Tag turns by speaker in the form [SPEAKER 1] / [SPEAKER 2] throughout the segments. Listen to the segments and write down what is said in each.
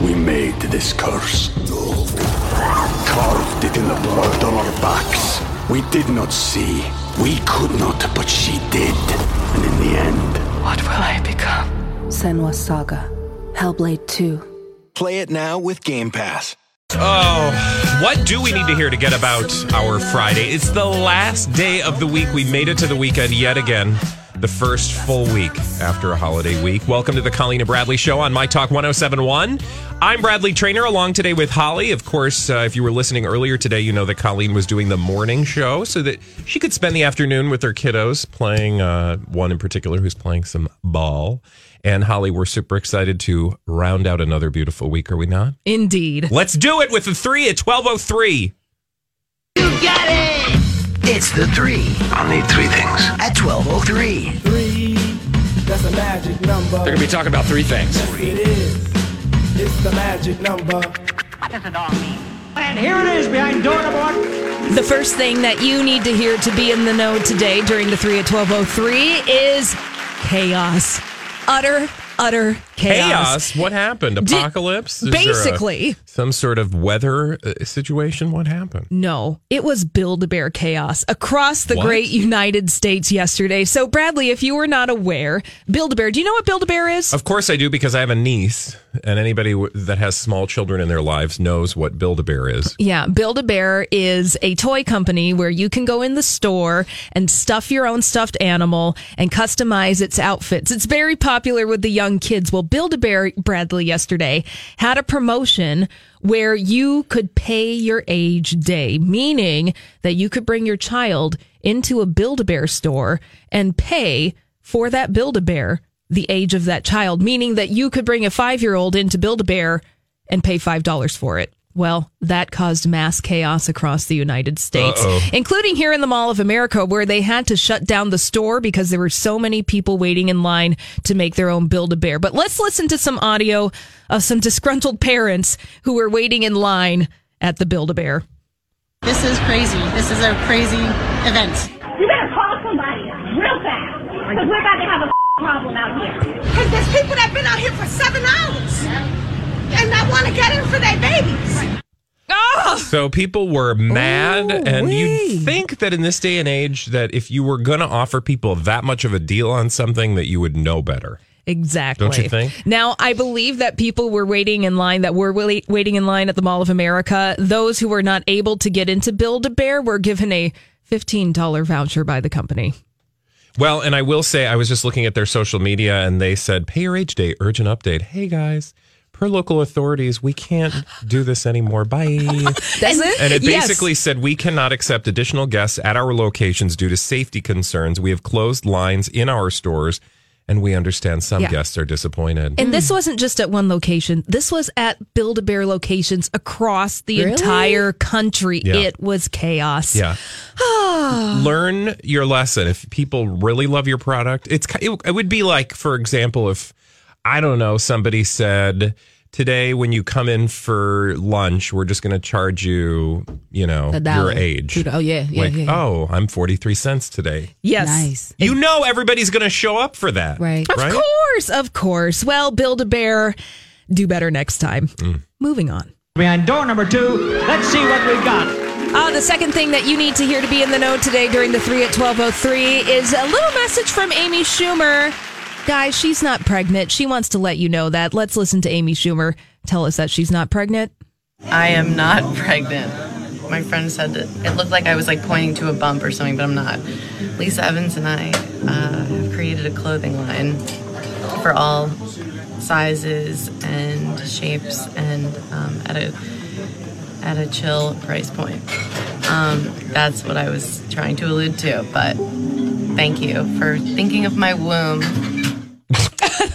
[SPEAKER 1] We made this curse. Carved it in the blood on our backs. We did not see. We could not, but she did. And in the end,
[SPEAKER 2] What will I become?
[SPEAKER 3] Senwa Saga, Hellblade 2.
[SPEAKER 4] Play it now with Game Pass.
[SPEAKER 5] Oh, what do we need to hear to get about our Friday? It's the last day of the week. We made it to the weekend yet again. The first full week after a holiday week. Welcome to the Colleen and Bradley Show on My Talk 1071. I'm Bradley Trainer along today with Holly. Of course, uh, if you were listening earlier today, you know that Colleen was doing the morning show so that she could spend the afternoon with her kiddos playing uh, one in particular who's playing some ball. And Holly, we're super excited to round out another beautiful week, are we not?
[SPEAKER 2] Indeed.
[SPEAKER 5] Let's do it with the three at 1203.
[SPEAKER 6] It's the three
[SPEAKER 1] I'll need three things.
[SPEAKER 6] at 1203.
[SPEAKER 7] Three, that's a magic number. They're gonna be talking about three things. It is. It's the magic number.
[SPEAKER 8] And here it is behind door number one.
[SPEAKER 2] The first thing that you need to hear to be in the know today during the 3 at 1203 is chaos. Utter, utter chaos.
[SPEAKER 5] Chaos. What happened?
[SPEAKER 2] Did-
[SPEAKER 5] Apocalypse? Is there a-
[SPEAKER 2] Basically,
[SPEAKER 5] some sort of weather uh, situation? What happened?
[SPEAKER 2] no, it was Build a Bear chaos across the
[SPEAKER 5] What?
[SPEAKER 2] great United States yesterday. So, Bradley, if you were not aware, Build a Bear, do you know what Build a Bear is?
[SPEAKER 5] Of course, I do because I have a niece, and anybody w- that has small children in their lives knows what Build a Bear is.
[SPEAKER 2] Yeah, Build a Bear is a toy company where you can go in the store and stuff your own stuffed animal and customize its outfits. It's very popular with the young kids. Well, Build a Bear, Bradley, yesterday had a promotion where you could pay your age day, meaning that you could bring your child into a Build a Bear store and pay for that Build a Bear the age of that child, meaning that you could bring a five year old into Build a Bear and pay $5 for it. Well, that caused mass chaos across the United States, including here in the Mall of America, where they had to shut down the store because there were so many people waiting in line to make their own Build a Bear. But let's listen to some audio of some disgruntled parents who were waiting in line at the Build a Bear.
[SPEAKER 9] This is crazy. This is a crazy event. You better call somebody real fast because we're about to have a problem out here. Because there's people that been out here for seven hours and not want to get in for their babies.
[SPEAKER 2] Oh,
[SPEAKER 5] So people were mad, and
[SPEAKER 2] wee.
[SPEAKER 5] you'd think that in this day and age, that if you were going to offer people that much of a deal on something, that you would know better.
[SPEAKER 2] exactly.
[SPEAKER 5] Don't you think?
[SPEAKER 2] Now, I believe that people were waiting in line that were wait- waiting in line at the Mall of America. Those who were not able to get into Build a Bear were given a $15 voucher by the company.
[SPEAKER 5] Well, and I will say, I was just looking at their social media and they said, Pay Your Age Day, urgent update. Hey guys, per local authorities, we can't do this anymore. Bye.
[SPEAKER 2] That's it?
[SPEAKER 5] And it basically said, We cannot accept additional guests at our locations due to safety concerns. We have closed lines in our stores and we understand some
[SPEAKER 2] Yeah.
[SPEAKER 5] guests are disappointed.
[SPEAKER 2] And this wasn't just at one location. This was at Build a Bear locations across the entire country.
[SPEAKER 5] Yeah.
[SPEAKER 2] It was chaos.
[SPEAKER 5] yeah.
[SPEAKER 10] Ah.
[SPEAKER 5] Learn your lesson. If people really love your product, it's ki- it, it would be like, for example, if I don't know, somebody said today when you come in for lunch, we're just going to charge you, you know, your
[SPEAKER 10] dollar.
[SPEAKER 5] age.
[SPEAKER 10] Two do- oh, yeah, yeah,
[SPEAKER 5] like,
[SPEAKER 10] yeah, yeah.
[SPEAKER 5] oh, I'm 43 cents today.
[SPEAKER 2] Yes.
[SPEAKER 10] Nice.
[SPEAKER 5] You know, everybody's going to show up for that,
[SPEAKER 10] Right.
[SPEAKER 2] Of course. Of course. Well, Build a Bear, do better next time. Moving on.
[SPEAKER 8] Behind door number two, let's see what we've got.
[SPEAKER 2] Uh, the second thing that you need to hear to be in the know today during the 3 at 1203 is a little message from Amy Schumer. Guys, she's not pregnant. She wants to let you know that. Let's listen to Amy Schumer tell us that she's not pregnant.
[SPEAKER 9] I am not pregnant. My friend said that it looked like I was like pointing to a bump or something, but I'm not. Lisa Evans and I uh, have created a clothing line for all sizes and shapes and um, at a at a chill price point. Um, that's what I was trying to allude to, but thank you for thinking of my womb.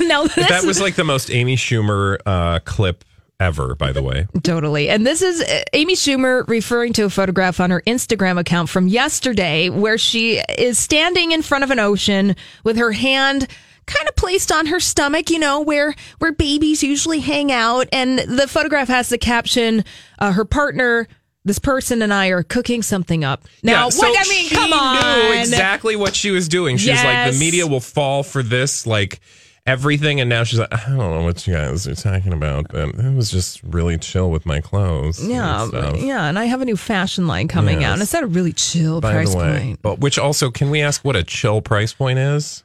[SPEAKER 2] no,
[SPEAKER 5] That was like the most Amy Schumer uh, clip ever, by the way.
[SPEAKER 2] Totally. And this is uh, Amy Schumer referring to a photograph on her Instagram account from yesterday where she is standing in front of an ocean with her hand kind of placed on her stomach, you know, where where babies usually hang out and the photograph has the caption uh, her partner this person and I are cooking something up. Now,
[SPEAKER 5] Yeah, so
[SPEAKER 2] what I mean,
[SPEAKER 5] she
[SPEAKER 2] come on.
[SPEAKER 5] knew exactly what she was doing. She was like,
[SPEAKER 2] Yes.
[SPEAKER 5] the media will fall for this, like everything. And now she's like, I don't know what you guys are talking about, but it was just really chill with my clothes. and
[SPEAKER 2] Yeah,
[SPEAKER 5] stuff."
[SPEAKER 2] yeah, and I have a new fashion line coming out. And it's at a really chill
[SPEAKER 5] By
[SPEAKER 2] price
[SPEAKER 5] the way,
[SPEAKER 2] point.
[SPEAKER 5] but which also, can we ask what a chill price point is?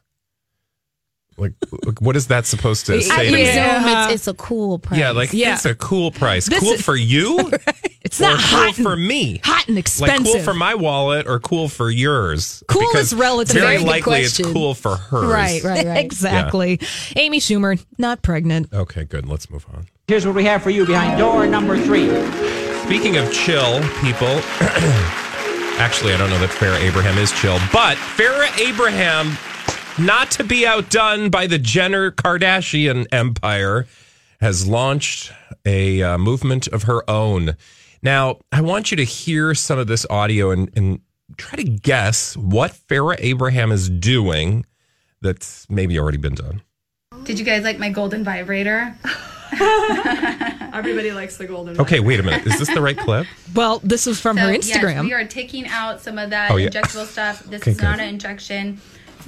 [SPEAKER 5] Like, what is that supposed to
[SPEAKER 10] I
[SPEAKER 5] say?
[SPEAKER 10] presume
[SPEAKER 5] to me?
[SPEAKER 10] it's, it's a cool price.
[SPEAKER 5] Yeah, like
[SPEAKER 2] Yeah.
[SPEAKER 5] it's a cool price.
[SPEAKER 2] This
[SPEAKER 5] cool
[SPEAKER 2] is-
[SPEAKER 5] for you?
[SPEAKER 2] It's
[SPEAKER 5] or
[SPEAKER 2] not
[SPEAKER 5] cool
[SPEAKER 2] hot and-
[SPEAKER 5] for me?
[SPEAKER 2] hot and
[SPEAKER 5] Like cool
[SPEAKER 2] expensive.
[SPEAKER 5] for my wallet or cool for yours?
[SPEAKER 2] Cool is
[SPEAKER 5] Because
[SPEAKER 2] relative.
[SPEAKER 5] Very
[SPEAKER 2] Very good
[SPEAKER 5] likely it's
[SPEAKER 2] question.
[SPEAKER 5] cool for hers.
[SPEAKER 2] exactly. Amy Schumer, not pregnant.
[SPEAKER 5] Okay, good. Let's move on.
[SPEAKER 8] Here's what we have for you behind door number three.
[SPEAKER 5] Speaking of chill people, actually, I don't know that Farrah Abraham is chill, but Farrah Abraham, not to be outdone by the Jenner Kardashian empire, has launched a uh, movement of her own. Now, I want you to hear some of this audio and, and try to guess what Farrah Abraham is doing that's maybe already been done.
[SPEAKER 11] Did you guys like my golden vibrator?
[SPEAKER 12] Everybody likes the golden.
[SPEAKER 5] Okay, wait a minute. Is this the right clip?
[SPEAKER 2] Well, this was from
[SPEAKER 11] So,
[SPEAKER 2] her
[SPEAKER 11] Yes,
[SPEAKER 2] Instagram.
[SPEAKER 11] we are taking out some of that
[SPEAKER 5] Oh, yeah.
[SPEAKER 11] injectable stuff. This
[SPEAKER 5] Okay,
[SPEAKER 11] is not
[SPEAKER 5] good.
[SPEAKER 11] an injection.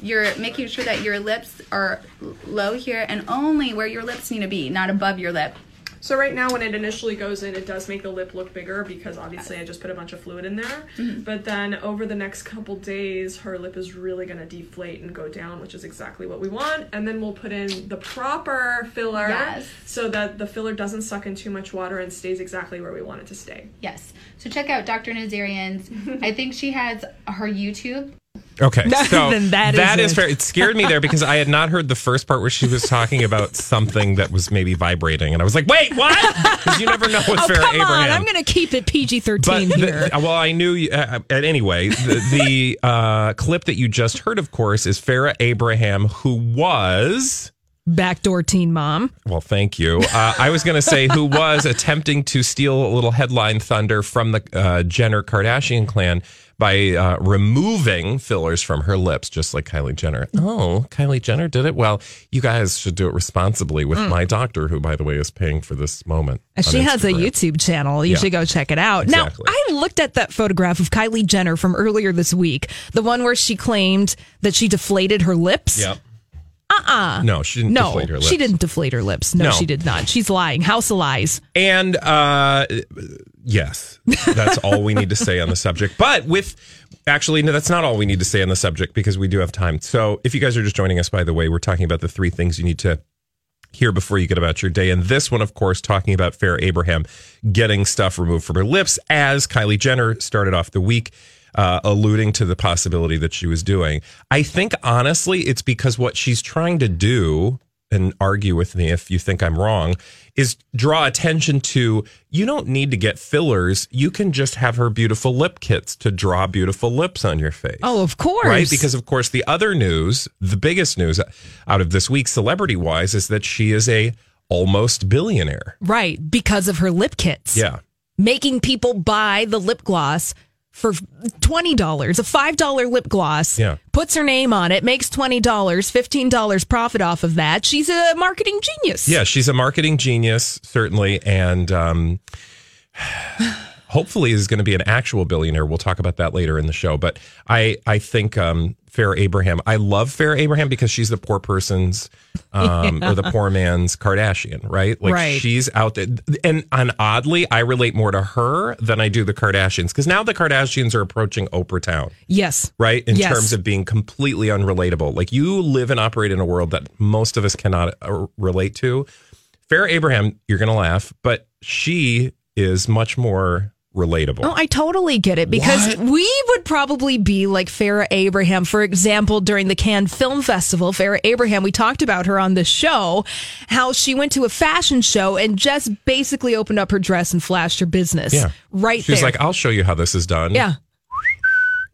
[SPEAKER 11] You're making sure that your lips are l- low here and only where your lips need to be, not above your lip.
[SPEAKER 12] So right now, when it initially goes in, it does make the lip look bigger because obviously I just put a bunch of fluid in there.
[SPEAKER 11] Mm-hmm.
[SPEAKER 12] But then over the next couple days, her lip is really going to deflate and go down, which is exactly what we want. And then we'll put in the proper filler
[SPEAKER 11] Yes.
[SPEAKER 12] so that the filler doesn't suck in too much water and stays exactly where we want it to stay.
[SPEAKER 11] Yes. So check out Dr. Nazarian's. I think she has her YouTube.
[SPEAKER 5] Okay, so
[SPEAKER 11] Then that
[SPEAKER 5] that
[SPEAKER 11] is
[SPEAKER 5] is
[SPEAKER 11] it.
[SPEAKER 5] fair. It scared me there because I had not heard the first part where she was talking about something that was maybe vibrating, and I was like, "Wait, what?" Because you never know with
[SPEAKER 2] oh,
[SPEAKER 5] Farrah
[SPEAKER 2] come on.
[SPEAKER 5] Abraham.
[SPEAKER 2] I'm going to keep it PG 13
[SPEAKER 5] the-
[SPEAKER 2] here.
[SPEAKER 5] well, I knew. you- Uh, uh, anyway, the, the uh, clip that you just heard, of course, is Farrah Abraham, who was.
[SPEAKER 2] Backdoor teen mom.
[SPEAKER 5] Well, thank you. Uh, I was going to say who was attempting to steal a little headline thunder from the uh, Jenner Kardashian clan by uh, removing fillers from her lips, just like Kylie Jenner. Oh, Kylie Jenner did it. Well, you guys should do it responsibly with
[SPEAKER 2] Mm.
[SPEAKER 5] my doctor, who, by the way, is paying for this moment.
[SPEAKER 2] And
[SPEAKER 5] on
[SPEAKER 2] She has a
[SPEAKER 5] Instagram.
[SPEAKER 2] YouTube channel. You
[SPEAKER 5] Oh, Yeah.
[SPEAKER 2] should go check it out.
[SPEAKER 5] Exactly.
[SPEAKER 2] Now, I looked at that photograph of Kylie Jenner from earlier this week, the one where she claimed that she deflated her lips.
[SPEAKER 5] Yep.
[SPEAKER 2] Uh-uh.
[SPEAKER 5] No, she didn't
[SPEAKER 2] no,
[SPEAKER 5] deflate her
[SPEAKER 2] She
[SPEAKER 5] lips.
[SPEAKER 2] didn't deflate her lips. No,
[SPEAKER 5] No.
[SPEAKER 2] she did not. She's lying. House of lies.
[SPEAKER 5] And uh, yes, that's all we need to say on the subject. But with actually, no, that's not all we need to say on the subject because we do have time. So if you guys are just joining us, by the way, we're talking about the three things you need to hear before you get about your day. And this one, of course, talking about Fair Abraham getting stuff removed from her lips as Kylie Jenner started off the week. Uh, alluding to the possibility that she was doing. I think honestly, it's because what she's trying to do, and argue with me if you think I'm wrong, is draw attention to you don't need to get fillers. You can just have her beautiful lip kits to draw beautiful lips on your face.
[SPEAKER 2] Oh, of course.
[SPEAKER 5] Right? Because, of course, the other news, the biggest news out of this week, celebrity wise, is that she is a almost billionaire.
[SPEAKER 2] Right, because of her lip kits.
[SPEAKER 5] Yeah.
[SPEAKER 2] Making people buy the lip gloss for $20, a $5 lip gloss.
[SPEAKER 5] Yeah.
[SPEAKER 2] Puts her name on it, makes $20, $15 profit off of that. She's a marketing genius.
[SPEAKER 5] Yeah, she's a marketing genius, certainly. And um, hopefully is going to be an actual billionaire. We'll talk about that later in the show. But I, I think um, Fair Abraham, I love Fair Abraham because she's the poor person's um,
[SPEAKER 13] Yeah.
[SPEAKER 5] or the poor man's Kardashian, right? Like
[SPEAKER 13] Right.
[SPEAKER 5] she's out there. And, and oddly, I relate more to her than I do the Kardashians because now the Kardashians are approaching Oprah Town
[SPEAKER 2] Yes.
[SPEAKER 5] right? In
[SPEAKER 2] Yes.
[SPEAKER 5] terms of being completely unrelatable. Like you live and operate in a world that most of us cannot uh, relate to. Fair Abraham, you're going to laugh, but she is much more relatable.
[SPEAKER 2] Oh, I totally get it because we would probably be like Farrah Abraham, for example, during the Cannes Film Festival. Farrah Abraham, we talked about her on the show, how she went to a fashion show and just basically opened up her dress and flashed her business.
[SPEAKER 5] Yeah.
[SPEAKER 2] Right
[SPEAKER 5] She's
[SPEAKER 2] there.
[SPEAKER 5] like, I'll show you how this is done.
[SPEAKER 2] Yeah.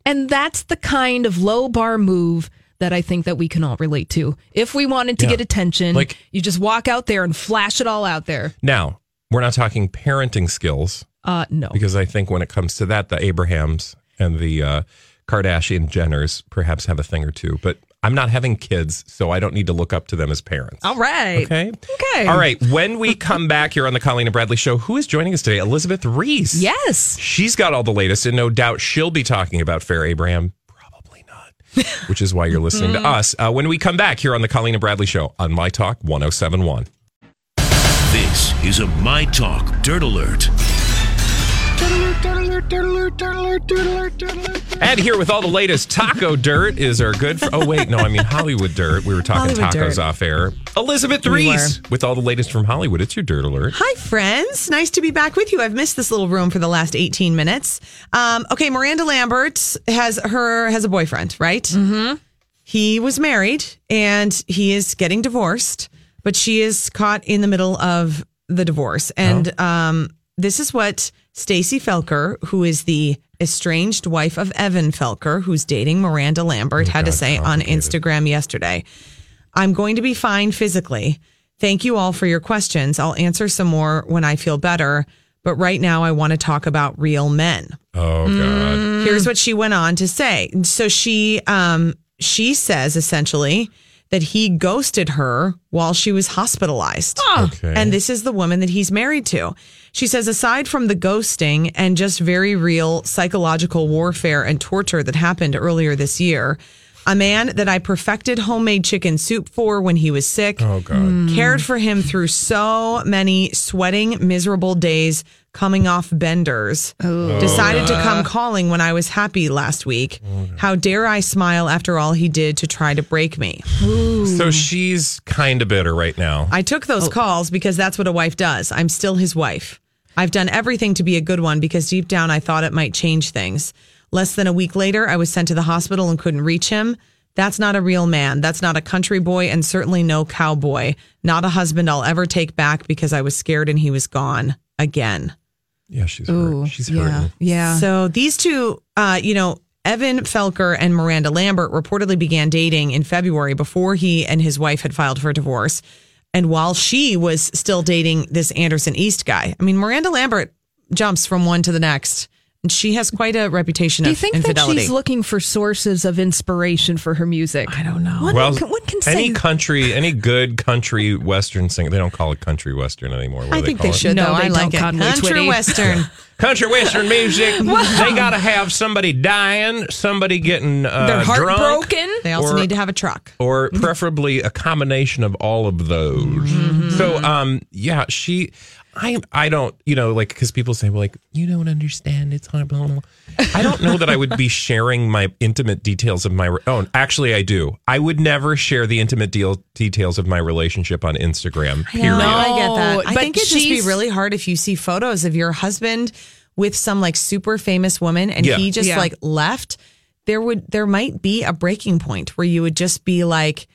[SPEAKER 2] And that's the kind of low bar move that I think that we can all relate to. If we wanted to
[SPEAKER 5] Yeah.
[SPEAKER 2] get attention,
[SPEAKER 5] Like-
[SPEAKER 2] you just walk out there and flash it all out there.
[SPEAKER 5] Now, We're not talking parenting skills.
[SPEAKER 2] Uh, no.
[SPEAKER 5] Because I think when it comes to that, the Abrahams and the uh, Kardashian Jenners perhaps have a thing or two. But I'm not having kids, so I don't need to look up to them as parents.
[SPEAKER 2] All right.
[SPEAKER 5] Okay.
[SPEAKER 2] Okay.
[SPEAKER 5] All right. When we come back here on the Colleen and Bradley show, who is joining us today? Elizabeth Reese.
[SPEAKER 2] Yes.
[SPEAKER 5] She's got all the latest, and no doubt she'll be talking about Fair Abraham. Probably not, which is why you're listening to
[SPEAKER 13] Mm-hmm.
[SPEAKER 5] us. Uh, when we come back here on the Colleen and Bradley show on My Talk 1071.
[SPEAKER 10] This is a My Talk Dirt Alert.
[SPEAKER 5] And here with all the latest taco dirt is our good. fr- oh wait, no, I mean Hollywood dirt. We were talking
[SPEAKER 13] Hollywood
[SPEAKER 5] tacos
[SPEAKER 13] dirt.
[SPEAKER 5] off air. Elizabeth Reese with all the latest from Hollywood. It's your dirt alert.
[SPEAKER 13] Hi, friends. Nice to be back with you. I've missed this little room for the last 18 minutes. Um, okay, Miranda Lambert has her has a boyfriend, right? Mm-hmm. He was married and he is getting divorced, but she is caught in the middle of the divorce. And um, this is what Stacy Felker, who is the estranged wife of Evan Felker, who's dating Miranda Lambert, had to say on Instagram yesterday. I'm going to be fine physically. Thank you all for your questions. I'll answer some more when I feel better. But right now, I want to talk about real men. Mm.
[SPEAKER 5] Oh God.
[SPEAKER 13] Here's what she went on to say. So she um she says essentially that he ghosted her while she was hospitalized.
[SPEAKER 5] Okay.
[SPEAKER 13] And this is the woman that he's married to. She says aside from the ghosting and just very real psychological warfare and torture that happened earlier this year, a man that I perfected homemade chicken soup for when he was sick. Mm.
[SPEAKER 5] Oh God.
[SPEAKER 13] Cared for him through so many sweating, miserable days coming off benders. Decided to come calling when I was happy last week.
[SPEAKER 5] Oh,
[SPEAKER 13] How dare I smile after all he did to try to break me?
[SPEAKER 5] So she's kind of bitter right now.
[SPEAKER 13] I took those calls because that's what a wife does. I'm still his wife. I've done everything to be a good one because deep down I thought it might change things. Less than a week later, I was sent to the hospital and couldn't reach him. That's not a real man. That's not a country boy and certainly no cowboy. Not a husband I'll ever take back because I was scared and he was gone again.
[SPEAKER 5] Yeah, she's hurt. She's hurting.
[SPEAKER 13] Yeah. So these two, uh, you know, Evan Felker and Miranda Lambert reportedly began dating in February before he and his wife had filed for divorce. And while she was still dating this Anderson East guy, I mean, Miranda Lambert jumps from one to the next. And she has quite a reputation
[SPEAKER 2] Do you
[SPEAKER 13] of
[SPEAKER 2] think
[SPEAKER 13] infidelity.
[SPEAKER 2] that she's looking for sources of inspiration for her music? I
[SPEAKER 13] don't know.
[SPEAKER 2] One,
[SPEAKER 5] well,
[SPEAKER 2] can, one can
[SPEAKER 5] any
[SPEAKER 2] say
[SPEAKER 5] country, any good country western singer. They don't call it country western anymore. What do
[SPEAKER 13] I think they
[SPEAKER 5] call it?
[SPEAKER 13] should,
[SPEAKER 2] No,
[SPEAKER 13] though.
[SPEAKER 2] they
[SPEAKER 13] I
[SPEAKER 2] don't,
[SPEAKER 13] like it.
[SPEAKER 2] Conway
[SPEAKER 13] Country
[SPEAKER 2] Twitty.
[SPEAKER 13] Western.
[SPEAKER 5] Country western music. they gotta have somebody dying, somebody getting uh,
[SPEAKER 2] they're
[SPEAKER 5] drunk,
[SPEAKER 2] heartbroken.
[SPEAKER 13] They also
[SPEAKER 5] Or-
[SPEAKER 13] need to have a truck.
[SPEAKER 5] or preferably a combination of all of those.
[SPEAKER 13] Mm-hmm.
[SPEAKER 5] So, um, yeah, she, I, I don't, you know, like because people say, well, like you don't understand, it's hard. Blah, blah, blah. I don't know that I would be sharing my intimate details of my re- own. Actually, I do. I would never share the intimate deal details of my relationship on Instagram. Period.
[SPEAKER 13] No, I get that. I
[SPEAKER 2] But
[SPEAKER 13] think it'd just be
[SPEAKER 2] she's-
[SPEAKER 13] really hard if you see photos of your husband with some like super famous woman and
[SPEAKER 5] Yeah.
[SPEAKER 13] he just
[SPEAKER 2] Yeah.
[SPEAKER 13] like left. There would there might be a breaking point where you would just be like,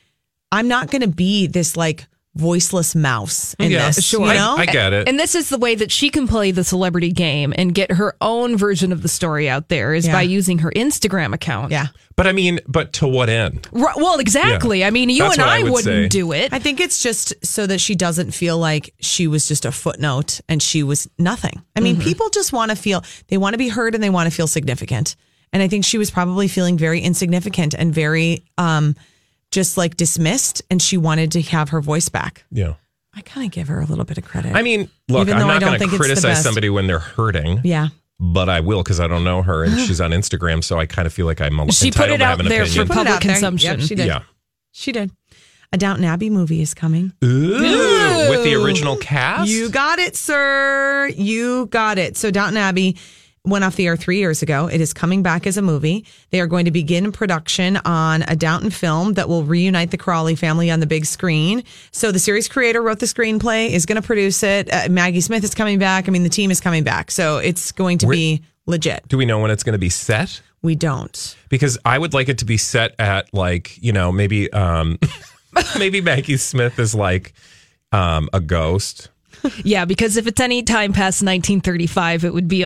[SPEAKER 13] I'm not gonna be this like voiceless mouse in
[SPEAKER 5] Yeah,
[SPEAKER 13] this.
[SPEAKER 5] sure.
[SPEAKER 13] You
[SPEAKER 5] I-
[SPEAKER 13] know?
[SPEAKER 5] I get it.
[SPEAKER 2] And this is the way that she can play the celebrity game and get her own version of the story out there is
[SPEAKER 13] Yeah.
[SPEAKER 2] by using her Instagram account.
[SPEAKER 13] yeah.
[SPEAKER 5] But I mean, but to what end?
[SPEAKER 2] Ri- Well, exactly. I mean, you
[SPEAKER 5] That's
[SPEAKER 2] and
[SPEAKER 5] what
[SPEAKER 2] I,
[SPEAKER 5] I would
[SPEAKER 2] wouldn't
[SPEAKER 5] say.
[SPEAKER 2] do it.
[SPEAKER 13] I think it's just so that she doesn't feel like she was just a footnote and she was nothing. I mean,
[SPEAKER 5] Mm-hmm.
[SPEAKER 13] people just want to feel, they want to be heard and they want to feel significant. And I think she was probably feeling very insignificant and very um, just like dismissed. And she wanted to have her voice back.
[SPEAKER 5] Yeah.
[SPEAKER 13] I kind of give her a little bit of credit.
[SPEAKER 5] I mean, look,
[SPEAKER 13] Even
[SPEAKER 5] I'm
[SPEAKER 13] though I
[SPEAKER 5] not
[SPEAKER 13] don't
[SPEAKER 5] going
[SPEAKER 13] think
[SPEAKER 5] to
[SPEAKER 13] it's the
[SPEAKER 5] criticize
[SPEAKER 13] best.
[SPEAKER 5] somebody when they're hurting.
[SPEAKER 13] yeah.
[SPEAKER 5] But I will because I don't know her and she's on Instagram, so I kind of feel like I'm al-
[SPEAKER 2] She put
[SPEAKER 5] entitled
[SPEAKER 2] it
[SPEAKER 5] to
[SPEAKER 2] out
[SPEAKER 5] have an
[SPEAKER 2] there for
[SPEAKER 5] opinion.
[SPEAKER 13] Put it
[SPEAKER 2] public
[SPEAKER 13] out there. Yep,
[SPEAKER 2] consumption.
[SPEAKER 13] she did.
[SPEAKER 5] yeah.
[SPEAKER 13] She did. A Downton Abbey movie is coming.
[SPEAKER 5] Ooh, with the original cast.
[SPEAKER 13] You got it, sir. You got it. So Downton Abbey went off the air three years ago. It is coming back as a movie. They are going to begin production on a Downton film that will reunite the Crawley family on the big screen. So the series creator wrote the screenplay, is going to produce it. Uh, Maggie Smith is coming back. I mean, the team is coming back. So it's going to
[SPEAKER 5] Where-
[SPEAKER 13] be legit.
[SPEAKER 5] Do we know when it's going to be set?
[SPEAKER 13] We don't.
[SPEAKER 5] Because I would like it to be set at like you know maybe um maybe Maggie Smith is like um a ghost.
[SPEAKER 2] Yeah, because if it's any time past 1935, it would be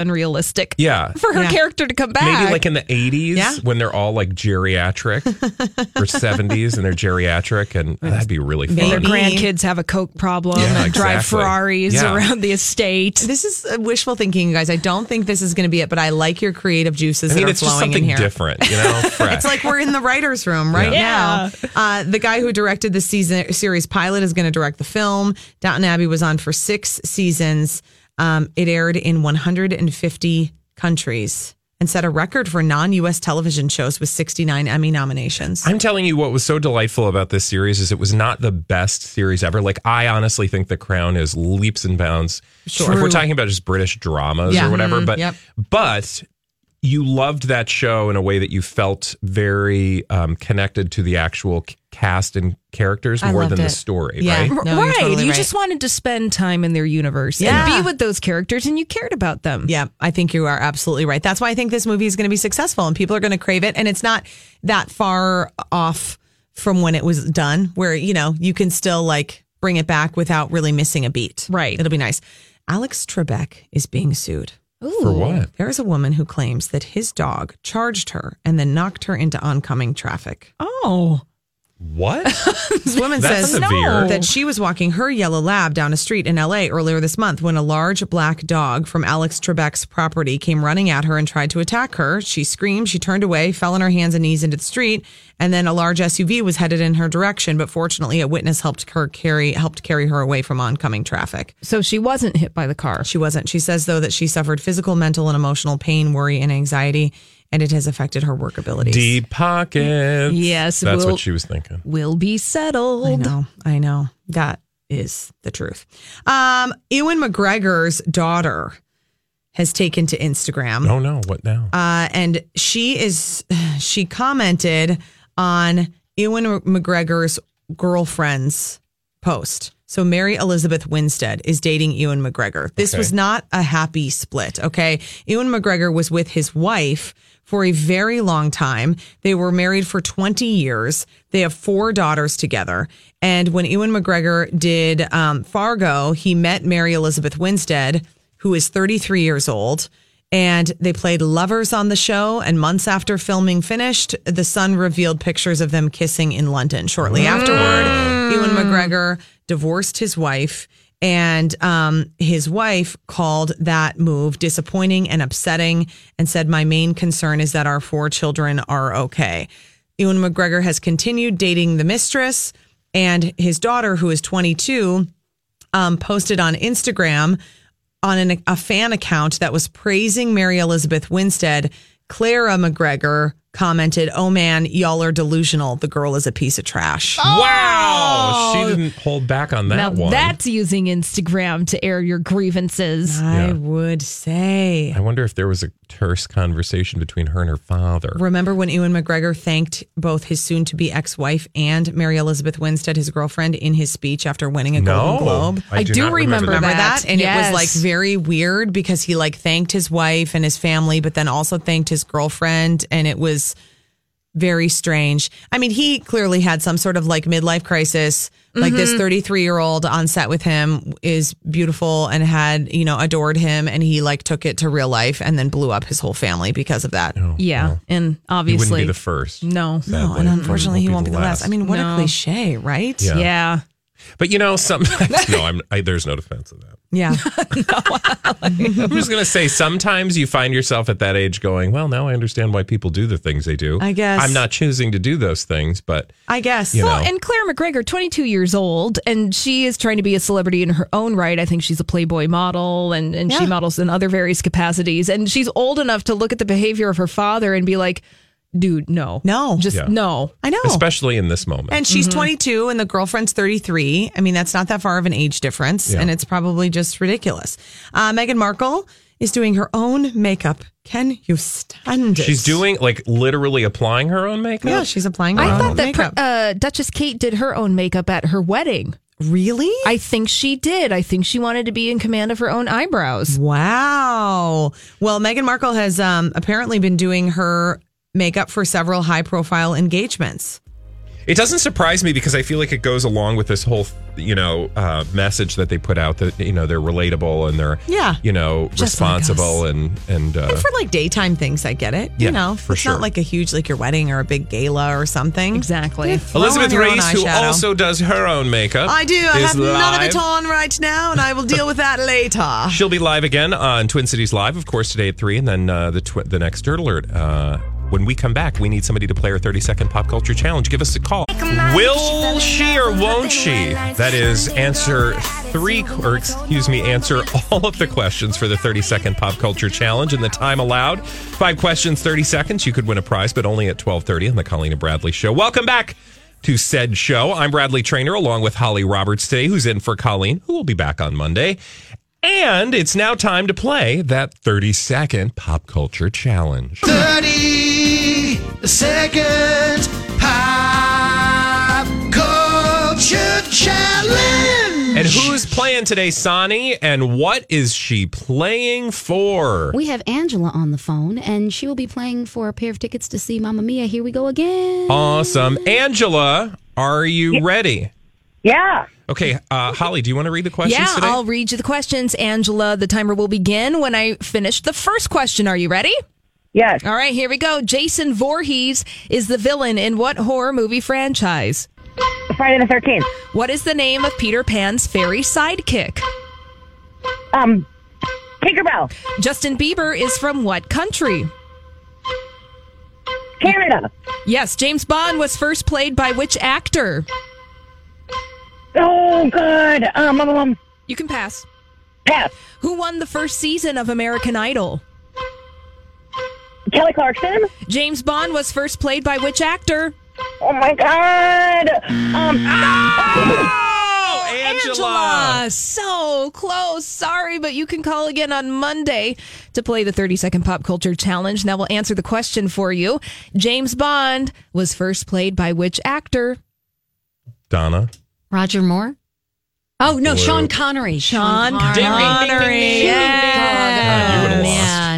[SPEAKER 2] Unrealistic.
[SPEAKER 5] Yeah.
[SPEAKER 2] For her character to come back.
[SPEAKER 5] Maybe like in the 80s
[SPEAKER 2] Yeah.
[SPEAKER 5] when they're all like geriatric or 70s and they're geriatric and that'd be really fun.
[SPEAKER 2] Their grandkids have a coke problem
[SPEAKER 5] Yeah,
[SPEAKER 2] and drive
[SPEAKER 5] exactly.
[SPEAKER 2] Ferraris
[SPEAKER 5] Yeah.
[SPEAKER 2] around the estate.
[SPEAKER 13] This is uh, wishful thinking, you guys. I don't think this is going to be it, but I like your creative juices
[SPEAKER 5] I mean,
[SPEAKER 13] that are
[SPEAKER 5] it's
[SPEAKER 13] flowing
[SPEAKER 5] just
[SPEAKER 13] in
[SPEAKER 5] something
[SPEAKER 13] here.
[SPEAKER 5] different, you know? Fresh.
[SPEAKER 13] It's like we're in the writers' room right
[SPEAKER 5] Yeah.
[SPEAKER 13] now. Uh, the guy who directed the season series pilot is going to direct the film. Downton Abbey was on for six seasons. Um, it aired in 150 countries and set a record for non-U.S. television shows with 69 Emmy nominations.
[SPEAKER 5] I'm telling you what was so delightful about this series is it was not the best series ever. Like I honestly think The Crown is leaps and bounds.
[SPEAKER 13] Sure.
[SPEAKER 5] If we're talking about just British dramas
[SPEAKER 13] Yeah.
[SPEAKER 5] or whatever,
[SPEAKER 13] Mhm.
[SPEAKER 5] but
[SPEAKER 13] Yep.
[SPEAKER 5] but you loved that show in a way that you felt very um, connected to the actual c- cast and characters
[SPEAKER 2] I
[SPEAKER 5] more
[SPEAKER 2] loved
[SPEAKER 5] than
[SPEAKER 2] it.
[SPEAKER 5] the story,
[SPEAKER 2] Yeah.
[SPEAKER 5] right?
[SPEAKER 2] R-
[SPEAKER 13] No, you're
[SPEAKER 2] right.
[SPEAKER 13] totally
[SPEAKER 2] you
[SPEAKER 13] right.
[SPEAKER 2] just wanted to spend time in their universe
[SPEAKER 13] Yeah.
[SPEAKER 2] and be with those characters and you cared about them.
[SPEAKER 13] Yeah, I think you are absolutely right. That's why I think this movie is going to be successful and people are going to crave it. And it's not that far off from when it was done, where, you know, you can still like bring it back without really missing a beat. Right. It'll be nice. Alex Trebek is being sued.
[SPEAKER 5] For what?
[SPEAKER 13] There is a woman who claims that his dog charged her and then knocked her into oncoming traffic.
[SPEAKER 2] Oh.
[SPEAKER 5] What?
[SPEAKER 13] This woman says
[SPEAKER 5] That's severe.
[SPEAKER 13] that she was walking her yellow lab down a street in LA earlier this month when a large black dog from Alex Trebek's property came running at her and tried to attack her. She screamed, she turned away, fell on her hands and knees into the street, and then a large SUV was headed in her direction, but fortunately a witness helped her carry helped carry her away from oncoming traffic.
[SPEAKER 2] So she wasn't hit by the car.
[SPEAKER 13] She wasn't. She says though that she suffered physical, mental and emotional pain, worry and anxiety, and it has affected her work abilities.
[SPEAKER 5] Deep pockets.
[SPEAKER 2] Yes,
[SPEAKER 5] that's
[SPEAKER 2] we'll-
[SPEAKER 5] what she was thinking.
[SPEAKER 2] Will be settled.
[SPEAKER 13] I know. I know. That is the truth. Um, Ewan McGregor's daughter has taken to Instagram.
[SPEAKER 5] No, no. What now?
[SPEAKER 13] Uh, and she is, she commented on Ewan McGregor's girlfriend's post. So Mary Elizabeth Winstead is dating Ewan McGregor. This
[SPEAKER 14] Okay.
[SPEAKER 13] was not a happy split. Okay. Ewan McGregor was with his wife for a very long time. They were married for 20 years. They have four daughters together. And when Ewan McGregor did um, Fargo, he met Mary Elizabeth Winstead, who is 33 years old. And they played lovers on the show. And months after filming finished, The Sun revealed pictures of them kissing in London. Shortly afterward,
[SPEAKER 5] Mm.
[SPEAKER 13] Ewan McGregor divorced his wife. And um, his wife called that move disappointing and upsetting and said, My main concern is that our four children are okay. Ewan McGregor has continued dating the mistress, and his daughter, who is 22, um, posted on Instagram on an, a fan account that was praising Mary Elizabeth Winstead. Clara McGregor commented, Oh man, y'all are delusional. The girl is a piece of trash.
[SPEAKER 5] Wow, Oh, she didn't hold back on that
[SPEAKER 2] now
[SPEAKER 5] one.
[SPEAKER 2] that's using Instagram to air your grievances.
[SPEAKER 13] I would say.
[SPEAKER 5] I wonder if there was a terse conversation between her and her father.
[SPEAKER 13] Remember when Ewan McGregor thanked both his soon to be ex wife and Mary Elizabeth Winstead, his girlfriend, in his speech after winning a
[SPEAKER 5] No,
[SPEAKER 13] Golden Globe?
[SPEAKER 5] I I do do not remember remember that.
[SPEAKER 13] that. And it
[SPEAKER 2] Yes.
[SPEAKER 13] was like very weird because he like thanked his wife and his family, but then also thanked his girlfriend. And it was very strange. I mean, he clearly had some sort of like midlife crisis. Like this 33 year old on set with him is beautiful and had, you know, adored him. And he like took it to real life and then blew up his whole family because of that.
[SPEAKER 2] Yeah. And
[SPEAKER 5] He wouldn't
[SPEAKER 2] obviously.
[SPEAKER 5] be the first.
[SPEAKER 2] no.
[SPEAKER 13] No, and unfortunately, he won't be the last. I mean, what
[SPEAKER 2] No.
[SPEAKER 13] a cliche, right?
[SPEAKER 5] Yeah.
[SPEAKER 2] Yeah.
[SPEAKER 5] But you know, sometimes no, I'm I, there's no defense of that.
[SPEAKER 13] Yeah.
[SPEAKER 5] I'm just going to say sometimes you find yourself at that age going, well, now I understand why people do the things they do.
[SPEAKER 13] I guess.
[SPEAKER 5] I'm not choosing to do those things, but
[SPEAKER 13] I guess.
[SPEAKER 5] You
[SPEAKER 2] well,
[SPEAKER 5] know.
[SPEAKER 2] and Claire McGregor, 22 years old, and she is trying to be a celebrity in her own right. I think she's a Playboy model and, and she
[SPEAKER 13] Yeah.
[SPEAKER 2] models in other various capacities. And she's old enough to look at the behavior of her father and be like, dude, no.
[SPEAKER 13] No.
[SPEAKER 2] Just Mm-hmm.
[SPEAKER 5] Yeah.
[SPEAKER 2] no.
[SPEAKER 13] I know.
[SPEAKER 5] especially in this moment.
[SPEAKER 13] And she's 22 and the girlfriend's 33. I mean, that's not that far of an age difference,
[SPEAKER 5] Yeah.
[SPEAKER 13] and it's probably just ridiculous. Uh, Meghan Markle is doing her own makeup. Can you stand it?
[SPEAKER 5] she's doing like literally applying her own makeup.
[SPEAKER 13] Yeah, she's applying her
[SPEAKER 2] I
[SPEAKER 13] own
[SPEAKER 2] thought that
[SPEAKER 13] makeup.
[SPEAKER 2] uh, Duchess Kate did her own makeup at her wedding.
[SPEAKER 13] really?
[SPEAKER 2] I think she did. I think she wanted to be in command of her own eyebrows.
[SPEAKER 13] Wow. Well, Meghan Markle has um, apparently been doing her makeup for several high profile engagements.
[SPEAKER 5] It doesn't surprise me because I feel like it goes along with this whole, you know, uh, message that they put out that you know they're relatable and they're
[SPEAKER 13] Yeah.
[SPEAKER 5] you know
[SPEAKER 13] Just like us.
[SPEAKER 5] responsible and and uh,
[SPEAKER 13] And for like daytime things, I get it.
[SPEAKER 5] Yeah,
[SPEAKER 13] you know,
[SPEAKER 5] for
[SPEAKER 13] it's
[SPEAKER 5] sure.
[SPEAKER 13] not like a huge, like your wedding or a big gala or something.
[SPEAKER 2] Exactly.
[SPEAKER 13] Throw
[SPEAKER 5] Elizabeth
[SPEAKER 13] on your own
[SPEAKER 5] Reese, who
[SPEAKER 13] eyeshadow.
[SPEAKER 5] also does her own makeup.
[SPEAKER 13] I do. I
[SPEAKER 5] is
[SPEAKER 13] have none of
[SPEAKER 5] live.
[SPEAKER 13] it on right now, and I will deal with that later.
[SPEAKER 5] She'll be live again on Twin Cities Live, of course, today at three, and then uh, the tw- the next Dirt Alert. Uh, when we come back, we need somebody to play our 30 second pop culture challenge. Give us a call. Will she or won't she? That is answer three, or excuse me, answer all of the questions for the 30 second pop culture challenge in the time allowed. Five questions, 30 seconds. You could win a prize, but only at 12:30 on the Colleen and Bradley Show. Welcome back to said show. I'm Bradley Trainer, along with Holly Roberts today, who's in for Colleen, who will be back on Monday. And it's now time to play that 30 second pop culture challenge.
[SPEAKER 6] 30 seconds pop culture challenge.
[SPEAKER 5] And who's playing today, Sonny? And what is she playing for?
[SPEAKER 14] We have Angela on the phone, and she will be playing for a pair of tickets to see Mamma Mia. Here we go again.
[SPEAKER 5] Awesome. Angela, are you ready?
[SPEAKER 14] Yeah.
[SPEAKER 5] Okay, uh, Holly, do you want to read the questions
[SPEAKER 2] yeah,
[SPEAKER 5] today?
[SPEAKER 2] I'll read you the questions, Angela. The timer will begin when I finish the first question. Are you ready? Yes. All right, here we go. Jason Voorhees is the villain in what horror movie franchise?
[SPEAKER 15] Friday the 13th.
[SPEAKER 2] What is the name of Peter Pan's fairy sidekick?
[SPEAKER 15] Um, Tinkerbell,
[SPEAKER 2] Justin Bieber is from what country?
[SPEAKER 15] Canada.
[SPEAKER 2] Yes, James Bond was first played by which actor?
[SPEAKER 15] Oh, good. Um, um, um,
[SPEAKER 2] You can pass.
[SPEAKER 15] Pass.
[SPEAKER 2] Who won the first season of American Idol?
[SPEAKER 15] Kelly Clarkson.
[SPEAKER 2] James Bond was first played by which actor?
[SPEAKER 15] Oh my God. Um,
[SPEAKER 5] Oh, Angela.
[SPEAKER 2] Angela, so close. Sorry, but you can call again on Monday to play the 30 second pop culture challenge. Now we'll answer the question for you. James Bond was first played by which actor?
[SPEAKER 5] Donna.
[SPEAKER 14] Roger Moore? Oh, no,
[SPEAKER 5] Blue.
[SPEAKER 14] Sean Connery.
[SPEAKER 2] Sean Connery.
[SPEAKER 5] you would've
[SPEAKER 14] Yeah.
[SPEAKER 5] lost.
[SPEAKER 14] Oh,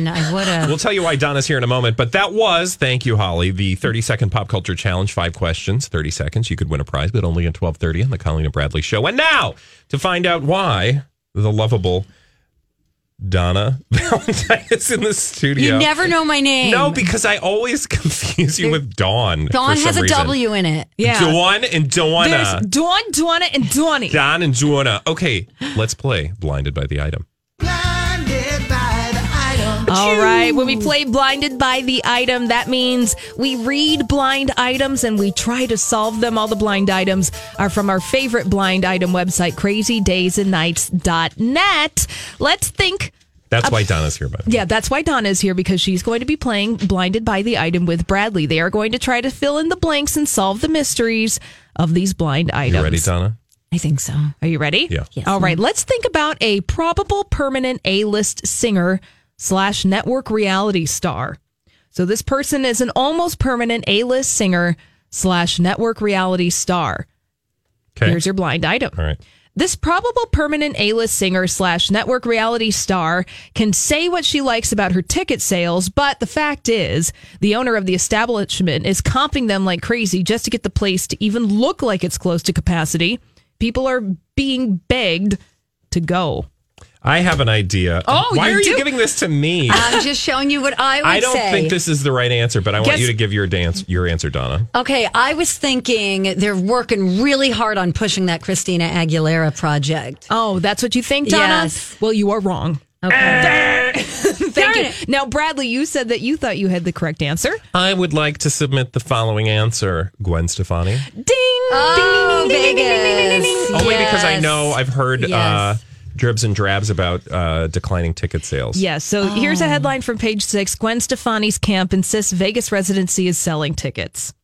[SPEAKER 14] Man, I would have.
[SPEAKER 5] We'll tell you why Donna's here in a moment, but that was, thank you, Holly, the 30 second pop culture challenge. Five questions, 30 seconds. You could win a prize, but only at 1230 on the Colleen and Bradley show. And now to find out why the lovable Donna Valentine is in the studio.
[SPEAKER 14] You never know my name.
[SPEAKER 5] No, because I always confuse you with Dawn.
[SPEAKER 14] Dawn
[SPEAKER 5] for
[SPEAKER 14] has
[SPEAKER 5] some
[SPEAKER 14] a W
[SPEAKER 5] reason.
[SPEAKER 14] in it.
[SPEAKER 5] Dawn and Donna.
[SPEAKER 2] There's Dawn, Donna, and Donnie.
[SPEAKER 5] Don and Donna. Okay, let's play Blinded by the Item.
[SPEAKER 6] Blinded by the item.
[SPEAKER 2] All right. When we play blinded by the item, that means we read blind items and we try to solve them. All the blind items are from our favorite blind item website, crazydaysandnights.net. Let's think.
[SPEAKER 5] That's why Donna's here, by the way.
[SPEAKER 2] Yeah, that's why Donna is here because she's going to be playing blinded by the item with Bradley. They are going to try to fill in the blanks and solve the mysteries of these blind items.
[SPEAKER 5] You ready, Donna?
[SPEAKER 14] I think so.
[SPEAKER 2] Are you ready?
[SPEAKER 5] Yeah. Yes,
[SPEAKER 2] All right. Let's think about a probable permanent A-list singer slash network reality star. So this person is an almost permanent A-list singer slash network reality star.
[SPEAKER 5] Okay.
[SPEAKER 2] Here's your blind item.
[SPEAKER 5] All right.
[SPEAKER 2] This probable permanent A-list singer slash network reality star can say what she likes about her ticket sales, but the fact is, the owner of the establishment is comping them like crazy just to get the place to even look like it's close to capacity. People are being begged to go.
[SPEAKER 5] I have an idea.
[SPEAKER 16] Oh,
[SPEAKER 5] why
[SPEAKER 16] you
[SPEAKER 5] are
[SPEAKER 16] do?
[SPEAKER 5] you giving this to me?
[SPEAKER 16] I'm just showing you what I would
[SPEAKER 5] I don't
[SPEAKER 16] say.
[SPEAKER 5] think this is the right answer, but I want
[SPEAKER 16] Guess-
[SPEAKER 5] you to give your dance your answer, Donna.
[SPEAKER 16] Okay, I was thinking they're working really hard on pushing that Christina Aguilera project.
[SPEAKER 2] Oh, that's what you think, Donna?
[SPEAKER 16] Yes.
[SPEAKER 2] Well, you are wrong.
[SPEAKER 16] Okay.
[SPEAKER 2] Thank you. Now, Bradley, you said that you thought you had the correct answer.
[SPEAKER 5] I would like to submit the following answer, Gwen Stefani.
[SPEAKER 16] oh, Vegas.
[SPEAKER 5] Only because I know I've heard uh,
[SPEAKER 2] Yes.
[SPEAKER 5] dribs and drabs about uh, declining ticket sales.
[SPEAKER 2] Yes. So here's a headline from page six Gwen Stefani's camp insists Vegas residency is selling tickets.